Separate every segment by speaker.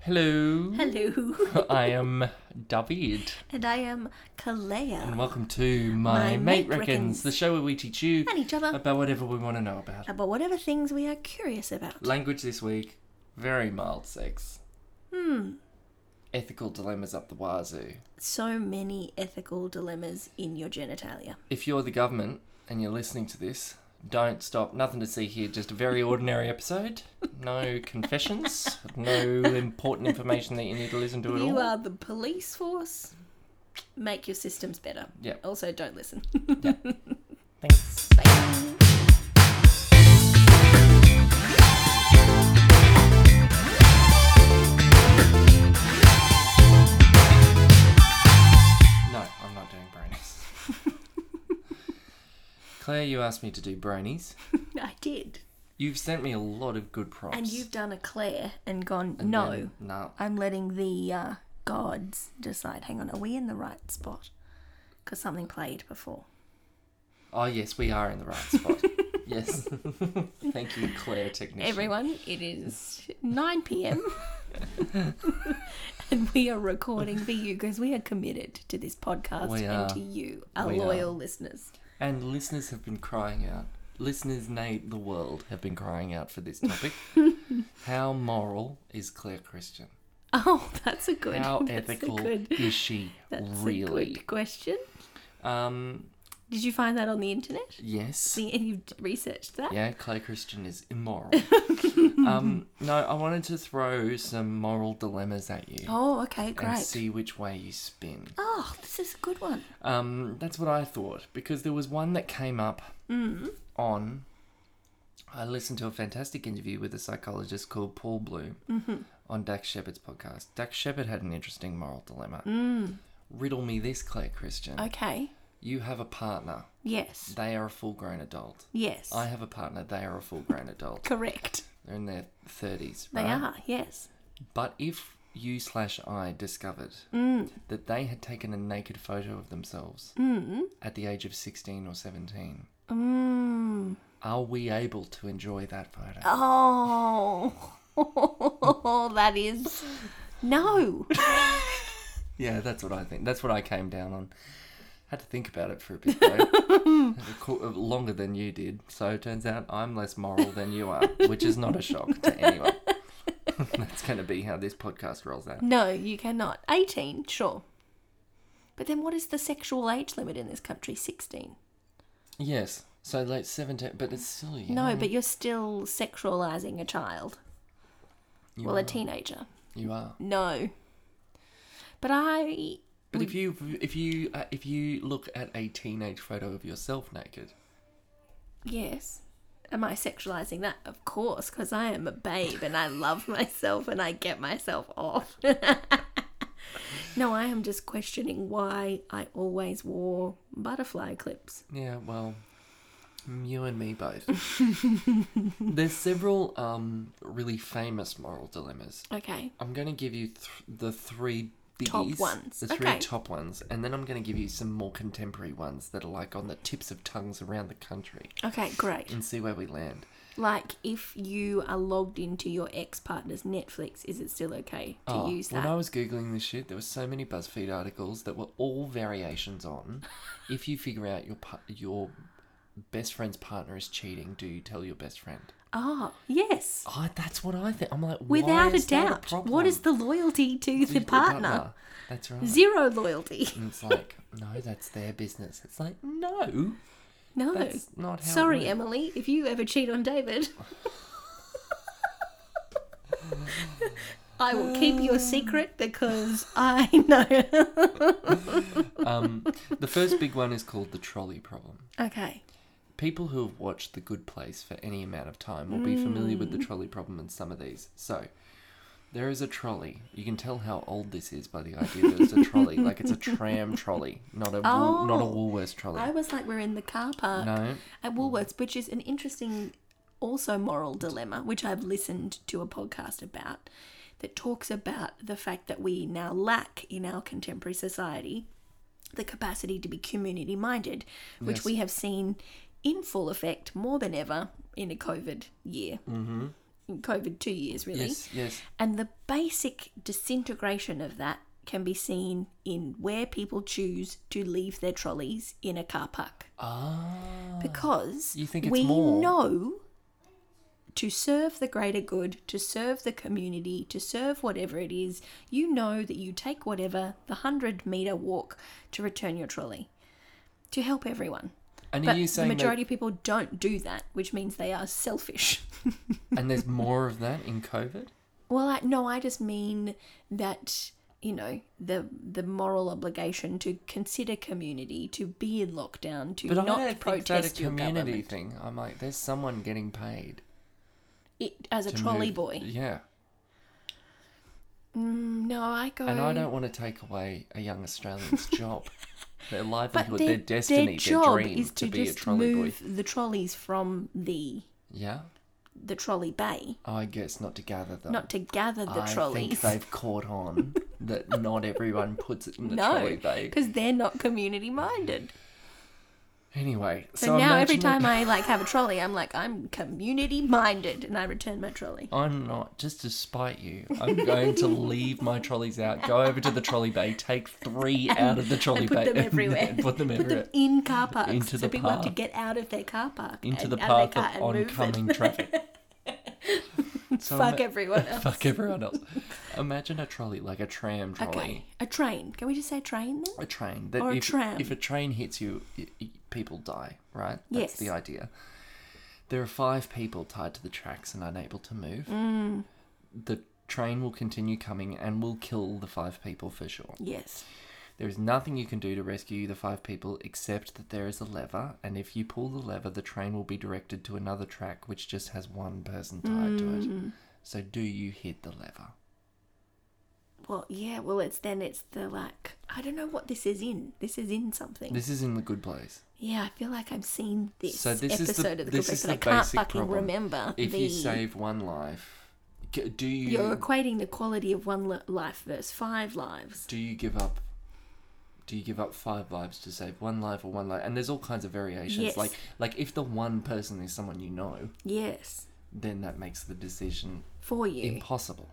Speaker 1: Hello.
Speaker 2: Hello,
Speaker 1: I am David,
Speaker 2: and I am Kalea.
Speaker 1: and welcome to My,
Speaker 2: My
Speaker 1: Mate
Speaker 2: Mate
Speaker 1: Reckons,
Speaker 2: Reckons.
Speaker 1: the show where we teach you
Speaker 2: And each other
Speaker 1: about whatever we want to know about.
Speaker 2: about whatever things we are curious about.
Speaker 1: Language this week, very mild sex.
Speaker 2: Hmm,
Speaker 1: Ethical dilemmas up the wazoo.
Speaker 2: so many ethical dilemmas in your genitalia.
Speaker 1: If you're the government and you're listening to this, don't stop. Nothing to see here, just a very ordinary episode. No confessions, no important information that you need to listen to at
Speaker 2: You
Speaker 1: all.
Speaker 2: are the police force. Make your systems better.
Speaker 1: Yep.
Speaker 2: Also, don't listen.
Speaker 1: Thanks.
Speaker 2: Bye.
Speaker 1: No, I'm not doing bronies. Claire, you asked me to do bronies.
Speaker 2: I did.
Speaker 1: You've sent me a lot of good props.
Speaker 2: And you've done a Claire and gone,
Speaker 1: And
Speaker 2: no,
Speaker 1: then- no.
Speaker 2: I'm letting the uh, gods decide. Hang on, are we in the right spot? Because something played before.
Speaker 1: Oh, yes, we are in the right spot. yes. Thank you, Claire Technician.
Speaker 2: Everyone, it is 9 p.m. and we are recording for you because we are committed to this podcast
Speaker 1: We are.
Speaker 2: and to you, our
Speaker 1: We are.
Speaker 2: loyal listeners.
Speaker 1: And listeners have been crying out. Listeners, nay, the world have been crying out for this topic. How moral is Claire Christian?
Speaker 2: Oh, that's a good.
Speaker 1: How
Speaker 2: that's
Speaker 1: ethical
Speaker 2: A good,
Speaker 1: is she
Speaker 2: that's a
Speaker 1: really?
Speaker 2: good question.
Speaker 1: Um,
Speaker 2: Did you find that on the internet?
Speaker 1: yes.
Speaker 2: See, and you researched that.
Speaker 1: Yeah, Clay Christian is immoral. um, no, I wanted to throw some moral dilemmas at you
Speaker 2: Oh, okay,
Speaker 1: and
Speaker 2: great.
Speaker 1: see which way you spin.
Speaker 2: Oh, this is a good one.
Speaker 1: Um, that's what I thought because there was one that came up
Speaker 2: Mm.
Speaker 1: on. I listened to a fantastic interview with a psychologist called Paul Bloom
Speaker 2: Mm-hmm.
Speaker 1: on Dax Shepard's podcast. Dax Shepard had an interesting moral dilemma.
Speaker 2: Mm.
Speaker 1: Riddle me this, Claire Christian.
Speaker 2: Okay.
Speaker 1: You have a partner.
Speaker 2: Yes.
Speaker 1: They are a full grown adult.
Speaker 2: Yes.
Speaker 1: I have a partner. They are a full grown adult.
Speaker 2: Correct.
Speaker 1: They're in their thirties,
Speaker 2: They
Speaker 1: right?
Speaker 2: are. Yes.
Speaker 1: But if you slash I discovered
Speaker 2: Mm.
Speaker 1: that they had taken a naked photo of themselves at the age of sixteen or seventeen,
Speaker 2: Mm. Uh.
Speaker 1: are we able to enjoy that photo?
Speaker 2: Oh, that is no.
Speaker 1: Yeah, that's what I think. That's what I came down on. Had to think about it for a bit, though. Co- uh, longer than you did. So it turns out I'm less moral than you are, which is not a shock to anyone. that's going to be how this podcast rolls out.
Speaker 2: No, you cannot. 18, sure. But then what is the sexual age limit in this country? 16.
Speaker 1: Yes. So like seventeen, but it's still young.
Speaker 2: No, but you're still sexualizing a child.
Speaker 1: You
Speaker 2: well,
Speaker 1: are.
Speaker 2: a teenager.
Speaker 1: You are.
Speaker 2: No. But I.
Speaker 1: But if you if you uh, if you look at a teenage photo of yourself naked,
Speaker 2: Yes. Am I sexualizing that? Of course, because I am a babe and I love myself and I get myself off. no, I am just questioning why I always wore butterfly clips.
Speaker 1: yeah, well, mm, you and me both. There's several um, really famous moral dilemmas.
Speaker 2: Okay.
Speaker 1: I'm going to give you th- the three biggies,
Speaker 2: Top ones.
Speaker 1: the three
Speaker 2: Okay.
Speaker 1: top ones, and then I'm going to give you some more contemporary ones that are like on the tips of tongues around the country,
Speaker 2: Okay, great.
Speaker 1: and see where we land.
Speaker 2: Like if you are logged into your ex partner's Netflix, is it still okay to
Speaker 1: Oh,
Speaker 2: use
Speaker 1: when
Speaker 2: that?
Speaker 1: I was googling this shit, there were so many BuzzFeed articles that were all variations on. if you figure out your par- your best friend's partner is cheating, do you tell your best friend?
Speaker 2: Oh, yes.
Speaker 1: Oh, that's what I think. I'm like, why
Speaker 2: Without a
Speaker 1: is that
Speaker 2: doubt. what is
Speaker 1: problem?
Speaker 2: the loyalty to the
Speaker 1: Your
Speaker 2: partner?
Speaker 1: That's right.
Speaker 2: Zero loyalty.
Speaker 1: and it's like, no, that's their business. It's like, no,
Speaker 2: No.
Speaker 1: that's not how. it
Speaker 2: Sorry,
Speaker 1: works.
Speaker 2: Emily, if you ever cheat on David, I will keep your secret because I know.
Speaker 1: Um, the first big one is called the trolley problem.
Speaker 2: okay.
Speaker 1: People who have watched The Good Place for any amount of time will be familiar with the
Speaker 2: Mm.
Speaker 1: trolley problem in some of these. So, there is a trolley. You can tell how old this is by the idea that it's a trolley, like it's a tram trolley, not a Wool- not a
Speaker 2: Oh,
Speaker 1: Woolworths trolley.
Speaker 2: I was like, we're in the car park
Speaker 1: No,
Speaker 2: at Woolworths, which is an interesting, also moral dilemma, which I've listened to a podcast about that talks about the fact that we now lack in our contemporary society the capacity to be community minded, which
Speaker 1: Yes.
Speaker 2: we have seen in full effect more than ever in a COVID year. COVID two years, really.
Speaker 1: Mm-hmm. Yes, yes.
Speaker 2: And the basic disintegration of that can be seen in where people choose to leave their trolleys in a car park.
Speaker 1: Ah.
Speaker 2: Because
Speaker 1: You think it's
Speaker 2: we
Speaker 1: more-
Speaker 2: know to serve the greater good, to serve the community, to serve whatever it is, you know that you take whatever, the 100 metre walk to return your trolley to help everyone.
Speaker 1: And
Speaker 2: But
Speaker 1: are you
Speaker 2: the
Speaker 1: saying that-
Speaker 2: majority of people don't do that, which means they are selfish.
Speaker 1: and there's more of that in COVID?
Speaker 2: Well, I, no, I just mean that you know the the moral obligation to consider community, to be in lockdown, to
Speaker 1: But
Speaker 2: not
Speaker 1: I don't think
Speaker 2: protest
Speaker 1: that's a
Speaker 2: your
Speaker 1: community
Speaker 2: government.
Speaker 1: thing. I'm like, there's someone getting paid.
Speaker 2: It, as a
Speaker 1: to
Speaker 2: trolley
Speaker 1: move-
Speaker 2: boy.
Speaker 1: Yeah.
Speaker 2: Mm, No, I go.
Speaker 1: And I don't want to take away a young Australian's job, their
Speaker 2: But
Speaker 1: livelihood,
Speaker 2: their,
Speaker 1: their, destiny, their,
Speaker 2: job
Speaker 1: dream
Speaker 2: is to,
Speaker 1: to, be a
Speaker 2: just
Speaker 1: trolley
Speaker 2: move
Speaker 1: boy.
Speaker 2: the trolleys from the
Speaker 1: Yeah, Oh,
Speaker 2: the trolley bay,
Speaker 1: I guess not to gather them.
Speaker 2: not to gather the
Speaker 1: I think
Speaker 2: trolleys.
Speaker 1: they've caught on that not everyone puts it in the
Speaker 2: no,
Speaker 1: trolley bag.
Speaker 2: because they're not community minded.
Speaker 1: Anyway, so,
Speaker 2: So, now every
Speaker 1: imagine it-
Speaker 2: time I like have a trolley, I'm like I'm community minded, and I return my trolley.
Speaker 1: I'm not, just to spite you, I'm going to leave my trolleys out, go over to the trolley bay, take three out of the trolley
Speaker 2: and put
Speaker 1: bay
Speaker 2: them
Speaker 1: and
Speaker 2: everywhere.
Speaker 1: then put them everywhere.
Speaker 2: Put them in car parks.
Speaker 1: Into
Speaker 2: so
Speaker 1: the
Speaker 2: people have to
Speaker 1: path.
Speaker 2: get out of their car park.
Speaker 1: into
Speaker 2: and,
Speaker 1: the
Speaker 2: out
Speaker 1: path
Speaker 2: their car
Speaker 1: of
Speaker 2: and move
Speaker 1: oncoming traffic. So
Speaker 2: It. Fuck
Speaker 1: ima-
Speaker 2: everyone else.
Speaker 1: Fuck everyone else. Imagine a trolley, like a tram trolley.
Speaker 2: Okay. A train. Can we just say train then?
Speaker 1: a train that
Speaker 2: Or a
Speaker 1: if,
Speaker 2: tram.
Speaker 1: if a train hits you i i people die right that's the
Speaker 2: Yes.
Speaker 1: idea there are five people tied to the tracks and unable to move
Speaker 2: Mm.
Speaker 1: the train will continue coming and will kill the five people for sure
Speaker 2: Yes.
Speaker 1: there is nothing you can do to rescue the five people except that there is a lever and if you pull the lever the train will be directed to another track which just has one person tied
Speaker 2: Mm.
Speaker 1: to it so do you hit the lever
Speaker 2: Well, yeah. Well, it's then it's the like I don't know what this is in. This is in something.
Speaker 1: this is in the good place
Speaker 2: yeah, I feel like I've seen this,
Speaker 1: So this is the-
Speaker 2: episode of the Good
Speaker 1: this
Speaker 2: Place,
Speaker 1: is
Speaker 2: but
Speaker 1: the
Speaker 2: I can't
Speaker 1: basic
Speaker 2: fucking
Speaker 1: problem.
Speaker 2: remember
Speaker 1: if
Speaker 2: the.
Speaker 1: you save one life g- do you
Speaker 2: you're equating the quality of one li- life versus five lives.
Speaker 1: do you give up do you give up five lives to save one life or one life and there's all kinds of variations
Speaker 2: Yes.
Speaker 1: like like if the one person is someone you know
Speaker 2: Yes,
Speaker 1: then that makes the decision
Speaker 2: for you.
Speaker 1: impossible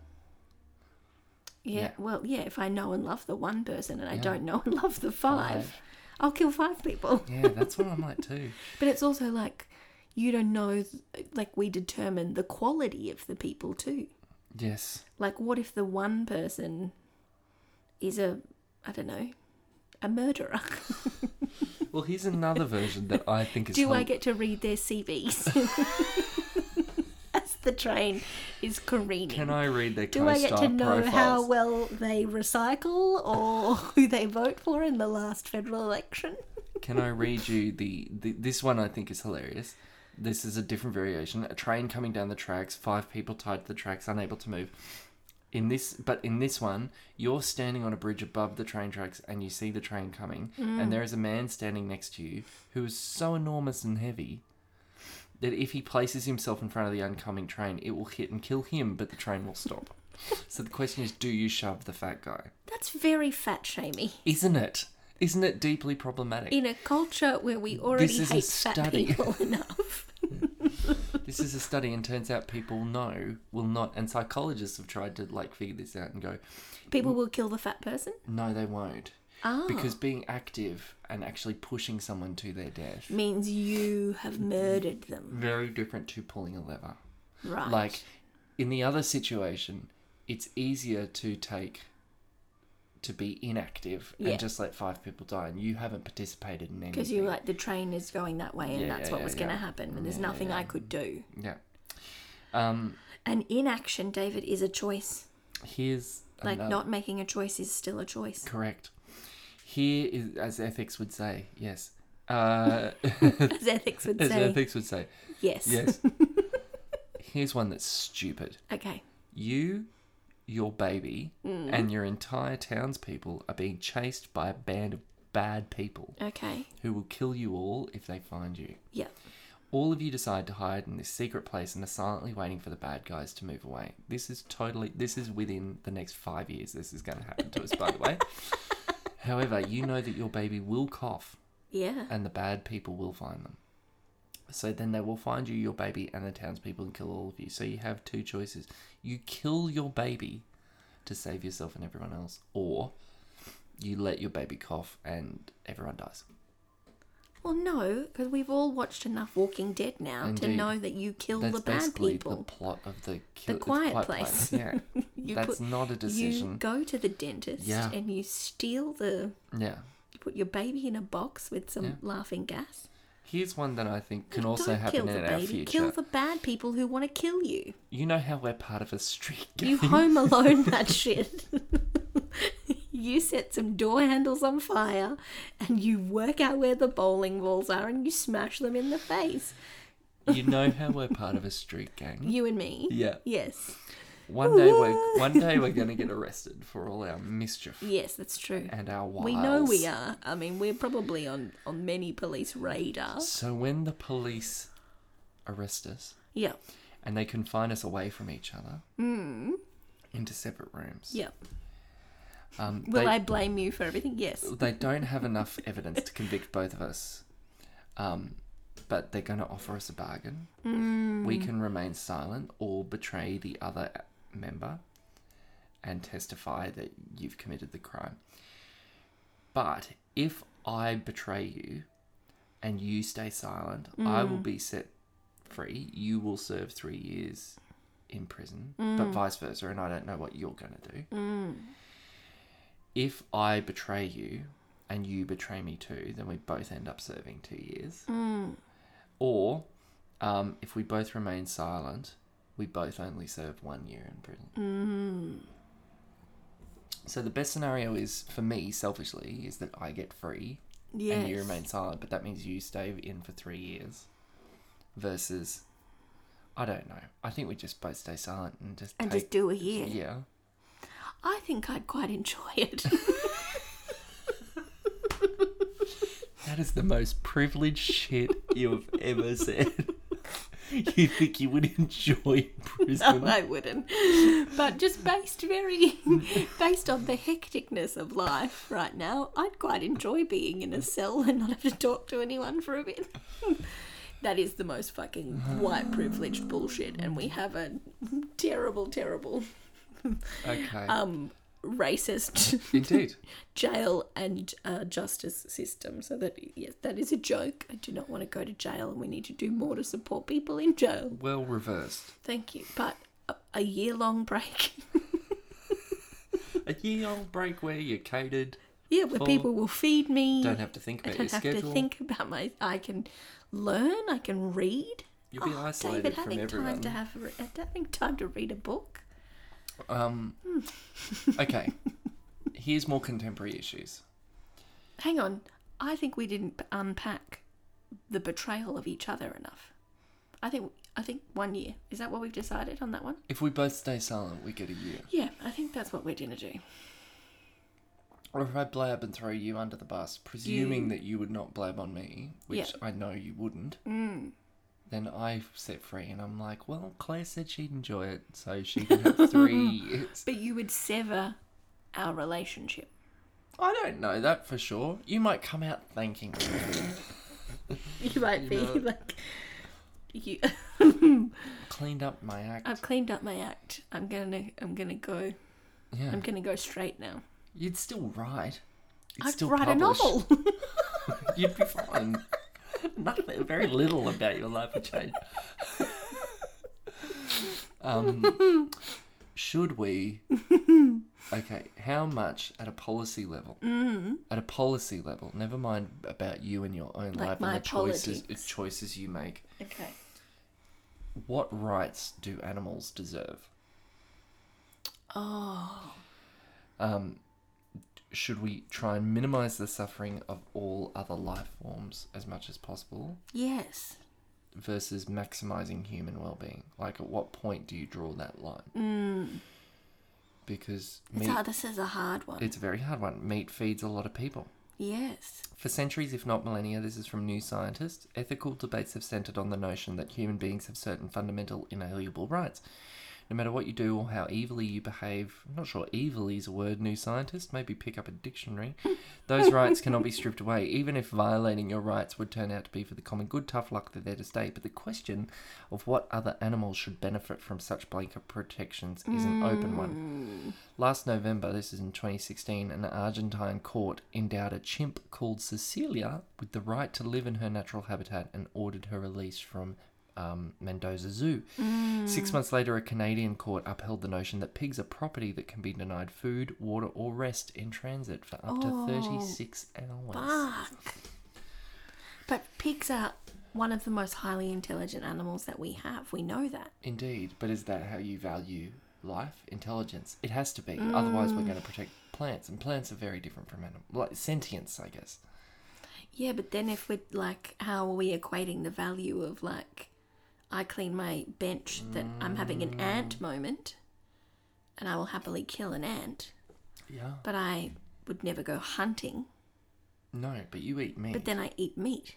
Speaker 2: Yeah,
Speaker 1: Yeah.
Speaker 2: well, yeah, if I know and love the one person and I
Speaker 1: Yeah.
Speaker 2: don't know and love the 5
Speaker 1: Five.
Speaker 2: I'll kill five people.
Speaker 1: yeah that's what i'm like too
Speaker 2: But it's also like you don't know, th- like, we determine the quality of the people too.
Speaker 1: yes
Speaker 2: Like, what if the one person is a, I don't know, a murderer?
Speaker 1: well here's another version that i think is
Speaker 2: Do I
Speaker 1: hel-
Speaker 2: get to read their CVs? As the train is careening.
Speaker 1: can i read their
Speaker 2: Do I get to
Speaker 1: CoStar
Speaker 2: know
Speaker 1: profiles?
Speaker 2: how well they recycle or who they vote for in the last federal election?
Speaker 1: Can I read you the, the this one I think is hilarious. This is a different variation. A train coming down the tracks, five people tied to the tracks, unable to move. In this but in this one, you're standing on a bridge above the train tracks and you see the train coming and there is a man standing next to you who is so enormous and heavy that if he places himself in front of the oncoming train, it will hit and kill him, but the train will stop. so the question is, do you shove the fat guy?
Speaker 2: That's very fat shamey.
Speaker 1: Isn't it? Isn't it deeply problematic?
Speaker 2: In a culture where we already
Speaker 1: This is a
Speaker 2: hate fat
Speaker 1: study.
Speaker 2: people enough.
Speaker 1: This is a study, and turns out people know will not, and psychologists have tried to like figure this out and go,
Speaker 2: People will kill the fat person.
Speaker 1: no, they won't,
Speaker 2: Ah.
Speaker 1: because being active and actually pushing someone to their death
Speaker 2: means you have murdered them.
Speaker 1: very different to pulling a lever.
Speaker 2: Right.
Speaker 1: Like in the other situation, it's easier to take to be inactive
Speaker 2: Yeah.
Speaker 1: and just let five people die, and you haven't participated in anything.
Speaker 2: because you like the train is going that way and
Speaker 1: Yeah,
Speaker 2: that's
Speaker 1: yeah,
Speaker 2: what
Speaker 1: yeah,
Speaker 2: was going to
Speaker 1: yeah.
Speaker 2: happen and there's
Speaker 1: Yeah,
Speaker 2: nothing
Speaker 1: yeah.
Speaker 2: I could do.
Speaker 1: yeah. Um,
Speaker 2: And inaction, David, is a choice.
Speaker 1: here's
Speaker 2: Like
Speaker 1: another-
Speaker 2: not making a choice is still a choice.
Speaker 1: Correct. Here is, as ethics would say, yes. Uh,
Speaker 2: As ethics would
Speaker 1: as
Speaker 2: say.
Speaker 1: ethics would say,
Speaker 2: yes.
Speaker 1: yes. Here's one that's stupid.
Speaker 2: Okay.
Speaker 1: You, your baby, and your entire townspeople are being chased by a band of bad people
Speaker 2: Okay.
Speaker 1: who will kill you all if they find you.
Speaker 2: Yep.
Speaker 1: All of you decide to hide in this secret place and are silently waiting for the bad guys to move away. This is totally, this is within the next five years. This is going to happen to us, by the way. However, you know that your baby will cough
Speaker 2: Yeah.
Speaker 1: and the bad people will find them. So then they will find you, your baby, and the townspeople and kill all of you. So you have two choices. You kill your baby to save yourself and everyone else, or you let your baby cough and everyone dies.
Speaker 2: Well, no, because we've all watched enough Walking Dead now to
Speaker 1: Indeed.
Speaker 2: know that you kill
Speaker 1: That's
Speaker 2: the bad
Speaker 1: basically the
Speaker 2: people.
Speaker 1: plot of the kill- it's
Speaker 2: Quiet Place.
Speaker 1: Yeah.
Speaker 2: You
Speaker 1: That's
Speaker 2: put-
Speaker 1: not a
Speaker 2: You
Speaker 1: decision.
Speaker 2: go to the dentist
Speaker 1: Yeah.
Speaker 2: and you steal the.
Speaker 1: Yeah.
Speaker 2: You put your baby in a box with some
Speaker 1: Yeah.
Speaker 2: laughing gas.
Speaker 1: Here's one that I think can also
Speaker 2: Don't
Speaker 1: happen
Speaker 2: kill the
Speaker 1: in our
Speaker 2: baby.
Speaker 1: future.
Speaker 2: Kill the bad people who want to kill you.
Speaker 1: You know how we're part of a street gang?
Speaker 2: You home alone that shit. you set some door handles on fire and you work out where the bowling balls are and you smash them in the face.
Speaker 1: you know how we're part of a street gang?
Speaker 2: You and me.
Speaker 1: Yeah.
Speaker 2: Yes.
Speaker 1: One day we're one day we're gonna get arrested for all our mischief
Speaker 2: Yes, that's true.
Speaker 1: and our wiles.
Speaker 2: We know we are. I mean, we're probably on on many police radars.
Speaker 1: So when the police arrest us
Speaker 2: Yeah.
Speaker 1: and they confine us away from each other into separate rooms,
Speaker 2: Hmm. Yeah.
Speaker 1: um,
Speaker 2: Will
Speaker 1: they,
Speaker 2: I blame you for everything? Yes.
Speaker 1: they don't have enough evidence to convict both of us, um, but they're going to offer us a bargain. We can remain silent or betray the other member and testify that you've committed the crime. But if I betray you and you stay silent, I will be set free. You will serve three years in prison, but vice versa, and I don't know what you're going to do if I betray you and you betray me too, then we both end up serving two years.
Speaker 2: Hmm.
Speaker 1: Or um, if we both remain silent, we both only serve one year in prison.
Speaker 2: Mm-hmm.
Speaker 1: So the best scenario is for me, selfishly, is that I get free
Speaker 2: Yes.
Speaker 1: and you remain silent, but that means you stay in for three years versus. I don't know. I think we just both stay silent and just
Speaker 2: and
Speaker 1: take,
Speaker 2: just do a year.
Speaker 1: yeah.
Speaker 2: I think I'd quite enjoy it.
Speaker 1: That is the most privileged shit you've ever said. you think you would enjoy prison?
Speaker 2: No, I wouldn't. But just based very based on the hecticness of life right now, I'd quite enjoy being in a cell and not have to talk to anyone for a bit. that is the most fucking white privileged bullshit and we have a terrible, terrible
Speaker 1: Okay.
Speaker 2: um racist
Speaker 1: Indeed.
Speaker 2: jail and uh, justice system so that yes that is a joke i do not want to go to jail and we need to do more to support people in jail
Speaker 1: Well reversed.
Speaker 2: Thank you. But a, a year long break.
Speaker 1: A year old break where you're catered,
Speaker 2: yeah, where
Speaker 1: Full-
Speaker 2: people will feed me.
Speaker 1: don't have to think
Speaker 2: I
Speaker 1: about your
Speaker 2: don't have
Speaker 1: schedule.
Speaker 2: to think about my. I can learn. I can read.
Speaker 1: You'll be isolated
Speaker 2: Oh, David,
Speaker 1: from
Speaker 2: having time
Speaker 1: everyone.
Speaker 2: to have re- uh, having time to read a book.
Speaker 1: Um,
Speaker 2: Hmm.
Speaker 1: okay. Here's more contemporary issues.
Speaker 2: Hang on, I think we didn't unpack the betrayal of each other enough. I think I think one year is that what we've decided on that one.
Speaker 1: If we both stay silent, we get a year.
Speaker 2: Yeah, I think that's what we're gonna do.
Speaker 1: Or if I blab and throw you under the bus, presuming that you would not blab on me, which
Speaker 2: Yeah. Mm.
Speaker 1: I know you wouldn't, then I set free and I'm like, well, Claire said she'd enjoy it, so she can have three years.
Speaker 2: But you would sever our relationship.
Speaker 1: I don't know that for sure. You might come out thanking me.
Speaker 2: You might be
Speaker 1: know-
Speaker 2: like you.
Speaker 1: Cleaned up my act.
Speaker 2: I've cleaned up my act. I'm gonna I'm gonna go
Speaker 1: yeah.
Speaker 2: I'm gonna go straight now.
Speaker 1: You'd still write. You'd
Speaker 2: I'd
Speaker 1: still
Speaker 2: write a
Speaker 1: publish.
Speaker 2: novel.
Speaker 1: You'd be fine. Nothing, very little about your life would change. um, should we? Okay, how much at a policy level?
Speaker 2: Mm.
Speaker 1: At a policy level, never mind about you and your own
Speaker 2: Like
Speaker 1: life
Speaker 2: my
Speaker 1: and the choices the
Speaker 2: politics.
Speaker 1: choices you make.
Speaker 2: okay.
Speaker 1: What rights do animals deserve?
Speaker 2: Oh.
Speaker 1: Um, should we try and minimize the suffering of all other life forms as much as possible?
Speaker 2: Yes.
Speaker 1: versus maximizing human well-being like at what point do you draw that line because
Speaker 2: Mm. It's
Speaker 1: meat,
Speaker 2: hard, this is a hard one.
Speaker 1: it's a very hard one meat feeds a lot of people
Speaker 2: yes.
Speaker 1: for centuries, if not millennia, this is from New Scientist, ethical debates have centered on the notion that human beings have certain fundamental inalienable rights. No matter what you do or how evilly you behave, I'm not sure evilly is a word, new scientist, maybe pick up a dictionary. Those rights cannot be stripped away, even if violating your rights would turn out to be for the common good. Tough luck, they're there to stay. But the question of what other animals should benefit from such blanket protections is an open one. Last November, this is in 2016, an Argentine court endowed a chimp called Cecilia with the right to live in her natural habitat and ordered her release from um, Mendoza Zoo.
Speaker 2: Mm.
Speaker 1: Six months later, a Canadian court upheld the notion that pigs are property that can be denied food, water, or rest in transit for up
Speaker 2: Oh,
Speaker 1: to 36 hours.
Speaker 2: Fuck. But pigs are one of the most highly intelligent animals that we have. We know that.
Speaker 1: Indeed, but is that how you value life? Intelligence? It has to be.
Speaker 2: Mm.
Speaker 1: Otherwise, we're going to protect plants, and plants are very different from animals. Like sentience, I guess.
Speaker 2: Yeah, but then if we're like, how are we equating the value of like, I clean my bench that I'm having an ant moment, and I will happily kill an ant,
Speaker 1: Yeah.
Speaker 2: but I would never go hunting.
Speaker 1: No, but you eat meat.
Speaker 2: But then I eat meat,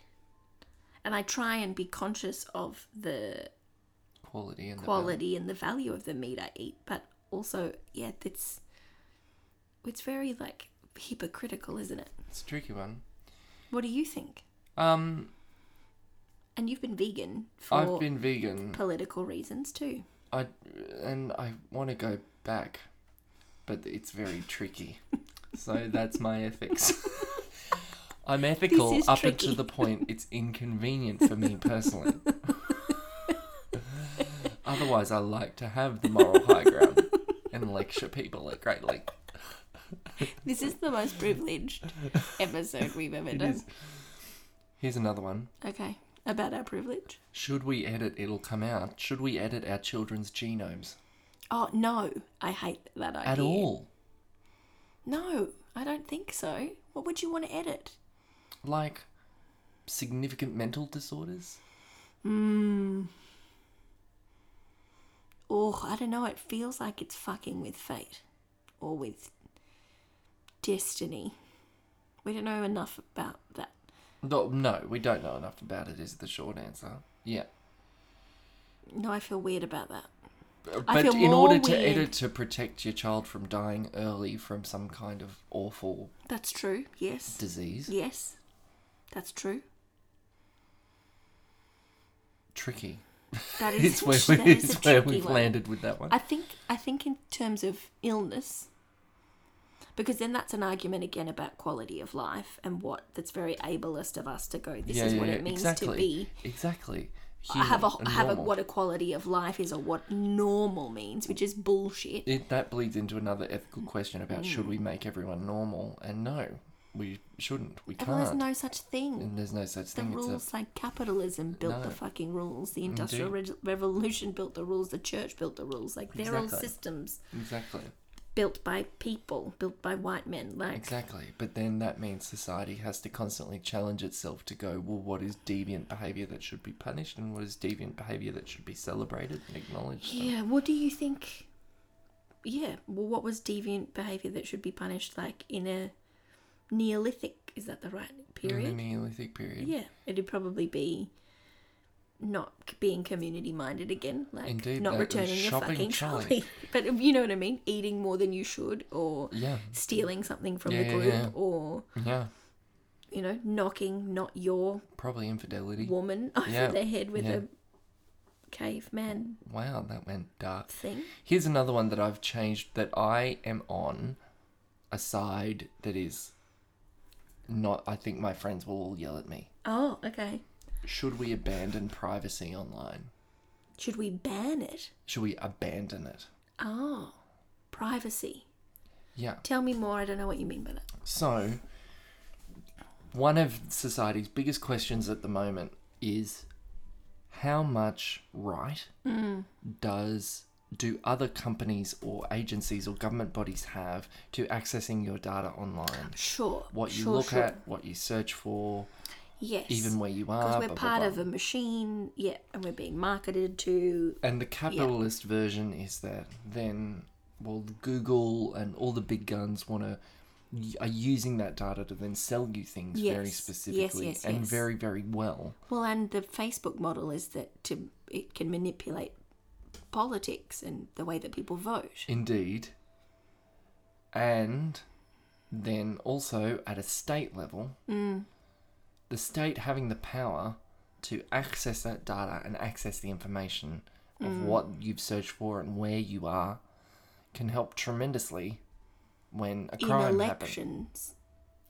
Speaker 2: and I try and be conscious of the
Speaker 1: quality and the value.
Speaker 2: quality and the value of the meat I eat, but also, yeah, it's it's very like hypocritical, isn't it?
Speaker 1: It's a tricky one.
Speaker 2: What do you think?
Speaker 1: Um,
Speaker 2: And you've been vegan for
Speaker 1: I've been vegan.
Speaker 2: political reasons too.
Speaker 1: I and I want to go back, but it's very tricky. so that's my ethics. I'm ethical
Speaker 2: is
Speaker 1: up
Speaker 2: tricky.
Speaker 1: until the point it's inconvenient for me personally. Otherwise, I like to have the moral high ground and lecture people at great length.
Speaker 2: This is the most privileged episode we've ever
Speaker 1: It
Speaker 2: done.
Speaker 1: is. Here's another one.
Speaker 2: Okay, about our privilege.
Speaker 1: Should we edit? It'll come out. Should we edit our children's genomes
Speaker 2: Oh no, I hate that idea.
Speaker 1: at all?
Speaker 2: No, I don't think so. What would you want to edit?
Speaker 1: Like significant mental disorders?
Speaker 2: Oh, I don't know. It feels like it's fucking with fate or with destiny. We don't know enough about that.
Speaker 1: No, no, we don't know enough about it. Is the short answer? Yeah,
Speaker 2: No, I feel weird about that.
Speaker 1: but
Speaker 2: I feel
Speaker 1: in
Speaker 2: more
Speaker 1: order to
Speaker 2: weird.
Speaker 1: edit to protect your child from dying early from some kind of awful
Speaker 2: That's true. Yes.
Speaker 1: disease,
Speaker 2: Yes. That's true.
Speaker 1: tricky.
Speaker 2: That is,
Speaker 1: It's where,
Speaker 2: that
Speaker 1: we,
Speaker 2: is
Speaker 1: it's
Speaker 2: a
Speaker 1: where
Speaker 2: tricky
Speaker 1: we've
Speaker 2: one.
Speaker 1: landed with that one.
Speaker 2: I think I think in terms of illness, because then that's an argument again about quality of life and what that's very ableist of us to go. This is what it means
Speaker 1: exactly,
Speaker 2: to be.
Speaker 1: exactly.
Speaker 2: I have a
Speaker 1: Human and
Speaker 2: have a
Speaker 1: normal.
Speaker 2: what a quality of life is or what normal means, which is bullshit.
Speaker 1: It, that bleeds into another ethical
Speaker 2: Mm.
Speaker 1: question about should we make everyone normal? And no, we shouldn't. We
Speaker 2: Well, there's
Speaker 1: can't.
Speaker 2: no such thing.
Speaker 1: and there's no such
Speaker 2: The
Speaker 1: thing. It's
Speaker 2: rules, like capitalism, built the
Speaker 1: No.
Speaker 2: fucking rules. The industrial Re- revolution built the rules. The church built the rules. Like they're all
Speaker 1: Exactly.
Speaker 2: systems
Speaker 1: a, exactly.
Speaker 2: built by people, built by white men. Like
Speaker 1: Exactly. But then that means society has to constantly challenge itself to go, well, what is deviant behaviour that should be punished and what is deviant behaviour that should be celebrated and acknowledged?
Speaker 2: Yeah, what do you think? Yeah, well, what was deviant behavior that should be punished like in a Neolithic? Is that the right
Speaker 1: In Mm, the
Speaker 2: period?
Speaker 1: Neolithic period.
Speaker 2: Yeah, it'd probably be not c- being community minded again, like
Speaker 1: Indeed,
Speaker 2: not
Speaker 1: that-
Speaker 2: returning your
Speaker 1: shopping
Speaker 2: fucking
Speaker 1: trolley.
Speaker 2: trolley. but you know what I mean? Eating more than you should, or
Speaker 1: Yeah.
Speaker 2: stealing something from
Speaker 1: Yeah,
Speaker 2: the
Speaker 1: yeah,
Speaker 2: group,
Speaker 1: yeah.
Speaker 2: or
Speaker 1: Yeah.
Speaker 2: you know, knocking not your
Speaker 1: Probably infidelity.
Speaker 2: woman over
Speaker 1: Yeah,
Speaker 2: the head with
Speaker 1: yeah.
Speaker 2: a caveman
Speaker 1: Wow, that went dark.
Speaker 2: thing.
Speaker 1: Here's another one that I've changed that I am on a side that is not, I think my friends will all yell at me.
Speaker 2: Oh, okay.
Speaker 1: Should we abandon privacy online?
Speaker 2: Should we ban it?
Speaker 1: Should we abandon it?
Speaker 2: Oh, privacy.
Speaker 1: Yeah.
Speaker 2: Tell me more. I don't know what you mean by that.
Speaker 1: So, one of society's biggest questions at the moment is how much right
Speaker 2: Mm.
Speaker 1: does do other companies or agencies or government bodies have to accessing your data online?
Speaker 2: Sure.
Speaker 1: What you
Speaker 2: sure,
Speaker 1: look
Speaker 2: sure.
Speaker 1: at, what you search for,
Speaker 2: Yes.
Speaker 1: even where you are.
Speaker 2: because we're
Speaker 1: Ah, blah, blah,
Speaker 2: part
Speaker 1: blah.
Speaker 2: of a machine, yeah, and we're being marketed to.
Speaker 1: And the capitalist version is that then, well, Google and all the big guns want to are using that data to then sell you things very
Speaker 2: Yes, yes,
Speaker 1: specifically
Speaker 2: yes,
Speaker 1: and
Speaker 2: yes.
Speaker 1: very very well.
Speaker 2: Well, and the Facebook model is that to it can manipulate politics and the way that people vote.
Speaker 1: Indeed. And then also at a state level,
Speaker 2: Mm.
Speaker 1: the state having the power to access that data and access the information of
Speaker 2: Mm.
Speaker 1: what you've searched for and where you are can help tremendously when a
Speaker 2: In
Speaker 1: crime happens.
Speaker 2: elections.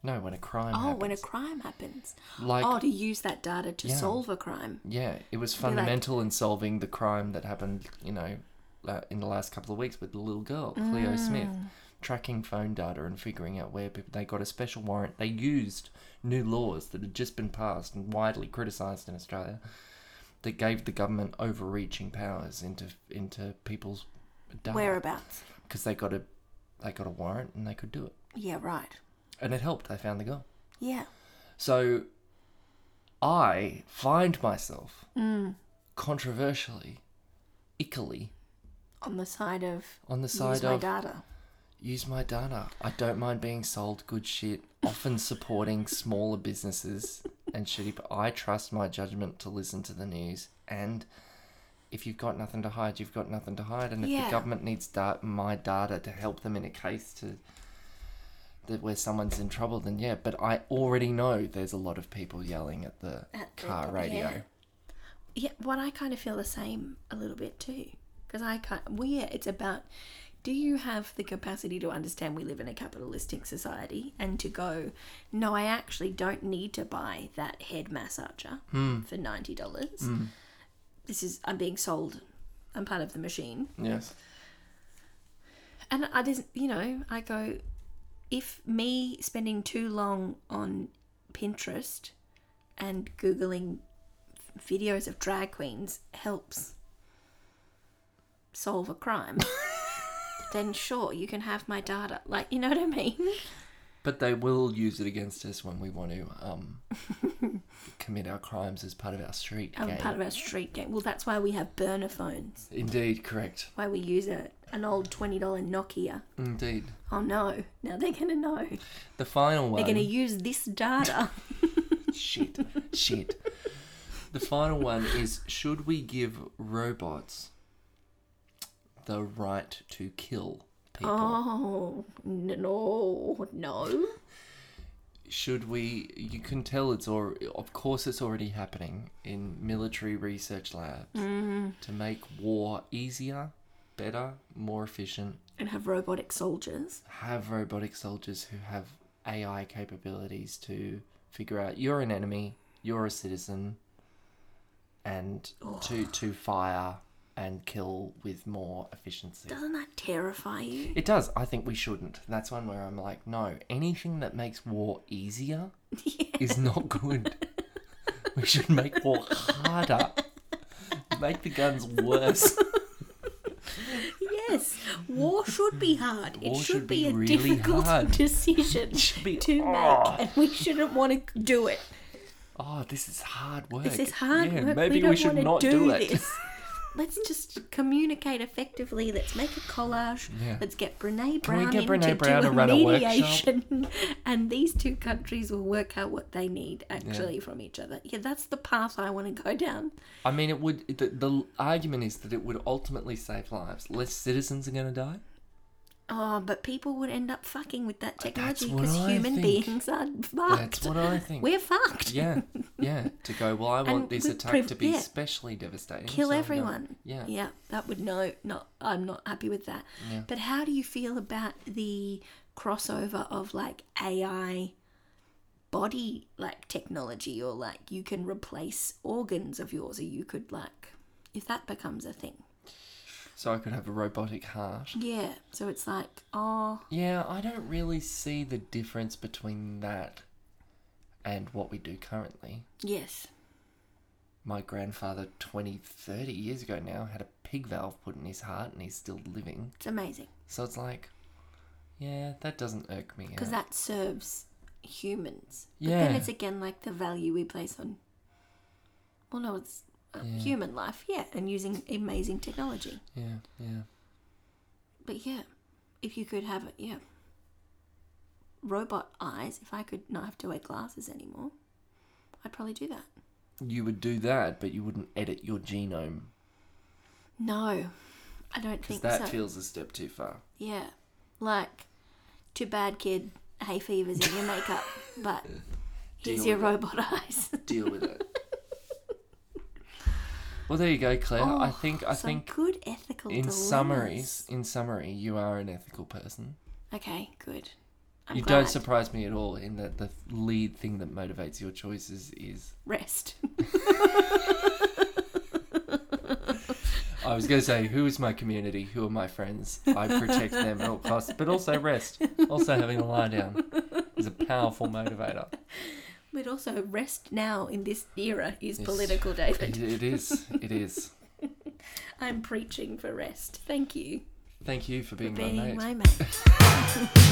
Speaker 1: No, when a crime
Speaker 2: Oh,
Speaker 1: happens.
Speaker 2: when a crime happens.
Speaker 1: like
Speaker 2: oh, to use that data to
Speaker 1: Yeah.
Speaker 2: solve a crime.
Speaker 1: yeah, it was fundamental in solving the crime that happened, you know, uh, in the last couple of weeks with the little girl, Cleo Smith, tracking phone data and figuring out where people. They got a special warrant. They used new laws that had just been passed and widely criticised in Australia, that gave the government overreaching powers into into people's data
Speaker 2: Whereabouts?
Speaker 1: because they got a they got a warrant and they could do it,
Speaker 2: Yeah, right.
Speaker 1: and it helped. They found the girl.
Speaker 2: Yeah.
Speaker 1: So I find myself controversially, ickily,
Speaker 2: On the side of
Speaker 1: on the
Speaker 2: use
Speaker 1: side
Speaker 2: my
Speaker 1: of
Speaker 2: data.
Speaker 1: use my data. I don't mind being sold good shit, often supporting smaller businesses and shitty, but I trust my judgment to listen to the news. And if you've got nothing to hide, you've got nothing to hide. And if
Speaker 2: Yeah.
Speaker 1: the government needs da- my data to help them in a case to that where someone's in trouble, then yeah. But I already know there's a lot of people yelling at the
Speaker 2: At the-
Speaker 1: car
Speaker 2: yeah.
Speaker 1: radio.
Speaker 2: Yeah, what I kind of feel the same a little bit too. Because I kind well, yeah, it's about do you have the capacity to understand we live in a capitalistic society and to go, no, I actually don't need to buy that head massager for $90. This is, I'm being sold, I'm part of the machine.
Speaker 1: Yes.
Speaker 2: And I just, you know, I go, if me spending too long on Pinterest and Googling f- videos of drag queens helps solve a crime, then sure, you can have my data. Like, you know what I mean?
Speaker 1: But they will use it against us when we want to um, commit our crimes as part of our street
Speaker 2: I'm
Speaker 1: game.
Speaker 2: Um, part of our street game. Well, that's why we have burner phones,
Speaker 1: Indeed, correct.
Speaker 2: why we use a, an old $20 Nokia.
Speaker 1: Indeed.
Speaker 2: Oh no, now they're going to know.
Speaker 1: The final one.
Speaker 2: They're going to use this data.
Speaker 1: Shit. Shit. The final one is should we give robots the right to kill people?
Speaker 2: oh, no, no.
Speaker 1: Should we you can tell it's or of course it's already happening in military research labs
Speaker 2: Mm-hmm.
Speaker 1: to make war easier, better, more efficient,
Speaker 2: and have robotic soldiers.
Speaker 1: have robotic soldiers who have AI capabilities to figure out you're an enemy, you're a citizen, and to to fire and kill with more efficiency.
Speaker 2: Doesn't that terrify you?
Speaker 1: It does. I think we shouldn't. That's one where I'm like, no, anything that makes war easier is not good. we should make war harder. Make the guns worse.
Speaker 2: Yes, war should be hard. it
Speaker 1: War
Speaker 2: should,
Speaker 1: should
Speaker 2: be,
Speaker 1: be
Speaker 2: a
Speaker 1: really
Speaker 2: difficult
Speaker 1: hard.
Speaker 2: decision
Speaker 1: should be-
Speaker 2: to
Speaker 1: Oh.
Speaker 2: make, and we shouldn't want to do it.
Speaker 1: Oh, this is hard work.
Speaker 2: This is hard
Speaker 1: yeah,
Speaker 2: work.
Speaker 1: Maybe
Speaker 2: we
Speaker 1: we,
Speaker 2: don't
Speaker 1: should
Speaker 2: want to
Speaker 1: not
Speaker 2: do,
Speaker 1: do it.
Speaker 2: this. Let's just communicate effectively. Let's make a collage.
Speaker 1: Yeah.
Speaker 2: Let's get Brene
Speaker 1: Can we
Speaker 2: Brown
Speaker 1: get
Speaker 2: in
Speaker 1: Brené
Speaker 2: to
Speaker 1: Brown to
Speaker 2: do a
Speaker 1: run a workshop?
Speaker 2: mediation, and these two countries will work out what they need actually from each other. Yeah, that's the path I want to go down.
Speaker 1: I mean, it would. The, the argument is that it would ultimately save lives. Less citizens are going to die.
Speaker 2: Oh, but people would end up fucking with that
Speaker 1: Uh, that's
Speaker 2: technology
Speaker 1: what
Speaker 2: because
Speaker 1: I
Speaker 2: human
Speaker 1: think.
Speaker 2: beings are
Speaker 1: That's
Speaker 2: fucked.
Speaker 1: what I think.
Speaker 2: We're fucked.
Speaker 1: yeah, yeah. To go. Well, I want
Speaker 2: And
Speaker 1: this
Speaker 2: we
Speaker 1: attack
Speaker 2: prev-
Speaker 1: to be
Speaker 2: yeah.
Speaker 1: especially devastating.
Speaker 2: Kill
Speaker 1: so I'm going-
Speaker 2: everyone.
Speaker 1: yeah.
Speaker 2: Yeah, that would no, not I'm not happy with that.
Speaker 1: Yeah.
Speaker 2: But how do you feel about the crossover of like AI body like technology or like you can replace organs of yours or you could like if that becomes a thing.
Speaker 1: So I could have a robotic heart.
Speaker 2: Yeah. So it's like, oh,
Speaker 1: Yeah, I don't really see the difference between that and what we do currently.
Speaker 2: yes.
Speaker 1: My grandfather, 20, 30 years ago now, had a pig valve put in his heart, and he's still living.
Speaker 2: It's amazing
Speaker 1: So it's like, yeah, that doesn't irk me.
Speaker 2: because
Speaker 1: out.
Speaker 2: that serves humans. But
Speaker 1: yeah,
Speaker 2: then it's again like the value we place on. Well, no, it's uh,
Speaker 1: Yeah.
Speaker 2: human life, yeah, and using amazing technology.
Speaker 1: yeah, yeah.
Speaker 2: But yeah, if you could have it, yeah. Robot eyes, if I could not have to wear glasses anymore, I'd probably do that.
Speaker 1: You would do that, but you wouldn't edit your genome.
Speaker 2: No, I don't
Speaker 1: Because
Speaker 2: think
Speaker 1: that
Speaker 2: so.
Speaker 1: feels a step too far.
Speaker 2: yeah. Like, too bad, kid. Hay fever's in your makeup, but here's
Speaker 1: Deal
Speaker 2: your
Speaker 1: with
Speaker 2: robot eyes.
Speaker 1: Deal with it. well, there you go, Claire. I
Speaker 2: Oh,
Speaker 1: think I
Speaker 2: Some
Speaker 1: think
Speaker 2: good ethical
Speaker 1: in
Speaker 2: dilemmas.
Speaker 1: summaries, in summary, you are an ethical person.
Speaker 2: Okay, good. I'm
Speaker 1: you
Speaker 2: glad.
Speaker 1: don't surprise me at all in that the lead thing that motivates your choices is.
Speaker 2: Rest.
Speaker 1: I was going to say, who is my community? Who are my friends? I protect them at all costs, but also rest. Also, having a lie down is a powerful motivator.
Speaker 2: But also, rest now in this era is
Speaker 1: Yes.
Speaker 2: political, David.
Speaker 1: It, it is. It is.
Speaker 2: I'm preaching for rest. Thank you
Speaker 1: Thank you for being,
Speaker 2: for being
Speaker 1: my mate.
Speaker 2: my mate.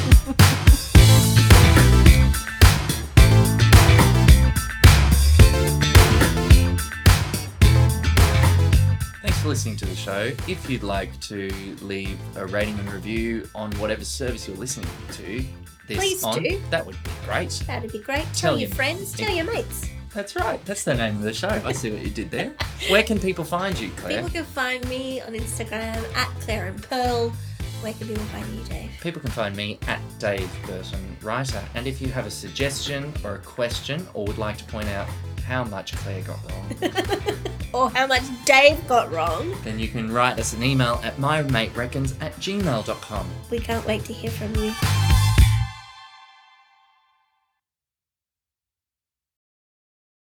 Speaker 1: Thanks for listening to the show. If you'd like to leave a rating and review on whatever service you're listening to this
Speaker 2: Please
Speaker 1: on,
Speaker 2: do.
Speaker 1: that would be great.
Speaker 2: That'd be great.
Speaker 1: Tell Tell your your-
Speaker 2: friends,
Speaker 1: tell
Speaker 2: your mates.
Speaker 1: That's right. That's the name of the show. I see what you did there. Where can people find you, Claire?
Speaker 2: People can find me on Instagram at Claire and Pearl. Where can people find you, Dave?
Speaker 1: People can find me at Dave Burton Writer. And if you have a suggestion or a question or would like to point out how much Claire got wrong,
Speaker 2: Or Oh, how much Dave got wrong.
Speaker 1: then you can write us an email at mymatereckons at gmail.com.
Speaker 2: We can't wait to hear from you.